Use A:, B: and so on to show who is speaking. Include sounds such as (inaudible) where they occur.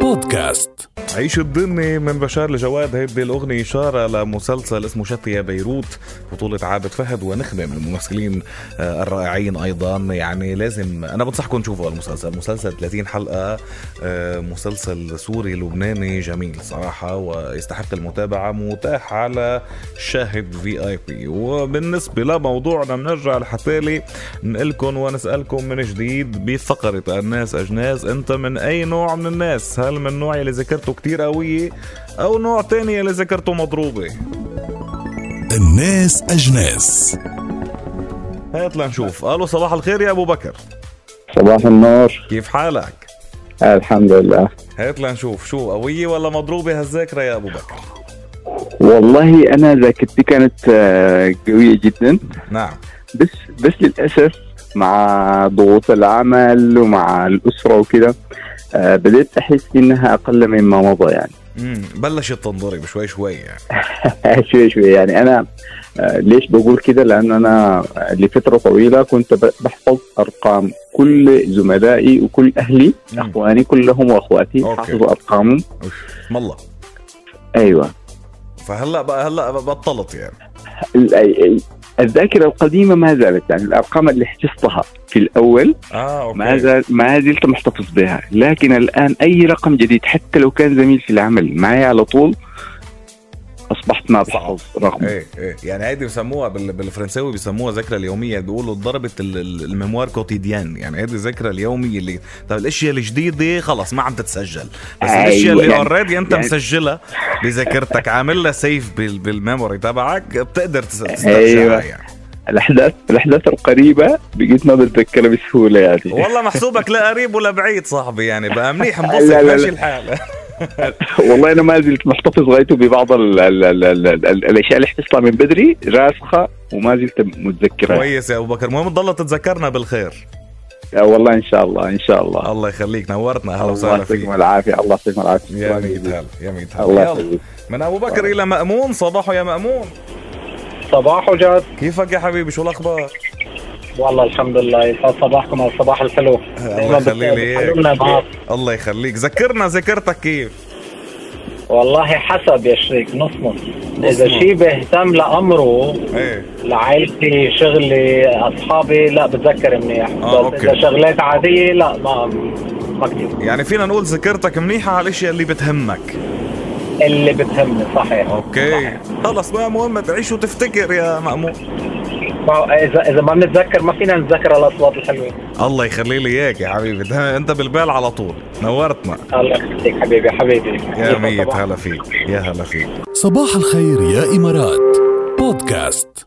A: بودكاست
B: عيش الدني من بشار لجواد هيدي الأغنية إشارة لمسلسل اسمه شتي يا بيروت بطولة عابد فهد ونخبة من الممثلين آه، الرائعين أيضا يعني لازم أنا بنصحكم تشوفوا المسلسل مسلسل 30 حلقة آه، مسلسل سوري لبناني جميل صراحة ويستحق المتابعة متاح على شاهد في اي بي وبالنسبة لموضوعنا بنرجع لحتالي نقلكم ونسألكم من جديد بفقرة الناس أجناس أنت من أي نوع من الناس هل من نوع اللي ذاكرته كتير قوية أو نوع تاني اللي ذاكرته مضروبة
A: الناس أجناس
B: هات لنشوف ألو صباح الخير يا أبو بكر
C: صباح النور
B: كيف حالك
C: الحمد لله
B: هات لنشوف شو قوية ولا مضروبة هالذاكرة يا أبو بكر
C: والله انا ذاكرتي كانت آه، قويه جدا
B: نعم
C: بس بس للاسف مع ضغوط العمل ومع الاسره وكده آه، بديت احس انها اقل مما مضى يعني
B: مم. بلشت تنضرب شوي شوي يعني
C: شوي شوي يعني انا آه، ليش بقول كده لان انا لفتره طويله كنت ب- بحفظ ارقام كل زملائي وكل اهلي
B: مم.
C: اخواني كلهم واخواتي
B: أوكي.
C: حافظوا ارقامهم
B: ما الله
C: ايوه
B: فهلا بقى هلا بطلت يعني
C: ال- ال- الذاكره القديمه ما زالت يعني الارقام اللي حفظتها في الاول
B: اه اوكي
C: ما زال ما زلت محتفظ بها لكن الان اي رقم جديد حتى لو كان زميل في العمل معي على طول اصبحت ما بحفظ رقم
B: ايه ايه يعني هيدي بسموها بال- بالفرنساوي بيسموها ذاكره اليوميه بيقولوا ضربت ال- ال- الميموار كوتيديان يعني هيدي الذاكره اليوميه اللي طب الاشياء الجديده خلص ما عم تتسجل بس
C: أيوة،
B: الاشياء اللي
C: يعني-
B: اوريدي انت
C: يعني-
B: مسجلها بذاكرتك عامل لها سيف بال- بالميموري تبعك بتقدر تس- تسترجعها
C: أيوة.
B: يعني
C: الاحداث الاحداث القريبه بقيت ما بتذكرها بسهوله يعني
B: والله محسوبك لا قريب ولا بعيد صاحبي يعني بقى منيح مبسط
C: لا، لا،
B: ماشي
C: لا.
B: الحال
C: (laughs) والله انا ما زلت محتفظ غايته ببعض ال ال ال ال ال ال الاشياء اللي حفظتها من بدري راسخه وما زلت متذكرها
B: كويس يا ابو بكر المهم تضل تتذكرنا بالخير
C: آه، والله ان شاء الله ان شاء الله
B: الله يخليك نورتنا اهلا
C: طيب. الله
B: وسهلا
C: يعطيكم
B: فيك
C: العافيه الله يعطيكم العافيه
B: يا
C: شكراً
B: ميت
C: جزيلاً.
B: هلا يا ميت هلا
C: الله
B: يلا
C: يخليك
B: من ابو بكر الى مامون صباحو يا مامون
D: صباحو جاد
B: كيفك يا حبيبي شو الاخبار
D: والله الحمد لله يسعد صباحكم على الصباح الحلو دايماً بت-
B: يخلي لي إياك.
D: بتحللنا بعض.
B: الله يخليك ذكرنا ذاكرتك كيف
D: والله حسب يا شريك نص نص اذا
B: نص.
D: شيء بيهتم لامره
B: ايه
D: لعائلتي شغلي اصحابي لا بتذكر منيح
B: آه،
D: بس
B: أوكي.
D: اذا شغلات عاديه لا ما ما كثير
B: يعني فينا نقول ذاكرتك منيحه على الاشياء اللي بتهمك
D: اللي بتهمني صحيح
B: اوكي
D: صحيح.
B: خلص ما مهم تعيش وتفتكر يا مامون
D: ما- اذا اذا ما بنتذكر ما فينا نتذكر الاصوات الحلوه
B: الله يخلي لي اياك يا حبيبي ده انت بالبال على طول نورتنا
D: الله يخليك حبيبي حبيبي
B: يا
D: يسعد
B: ميت
D: صباحك.
B: هلا فيك يا هلا فيك
A: صباح الخير يا إمارات بودكاست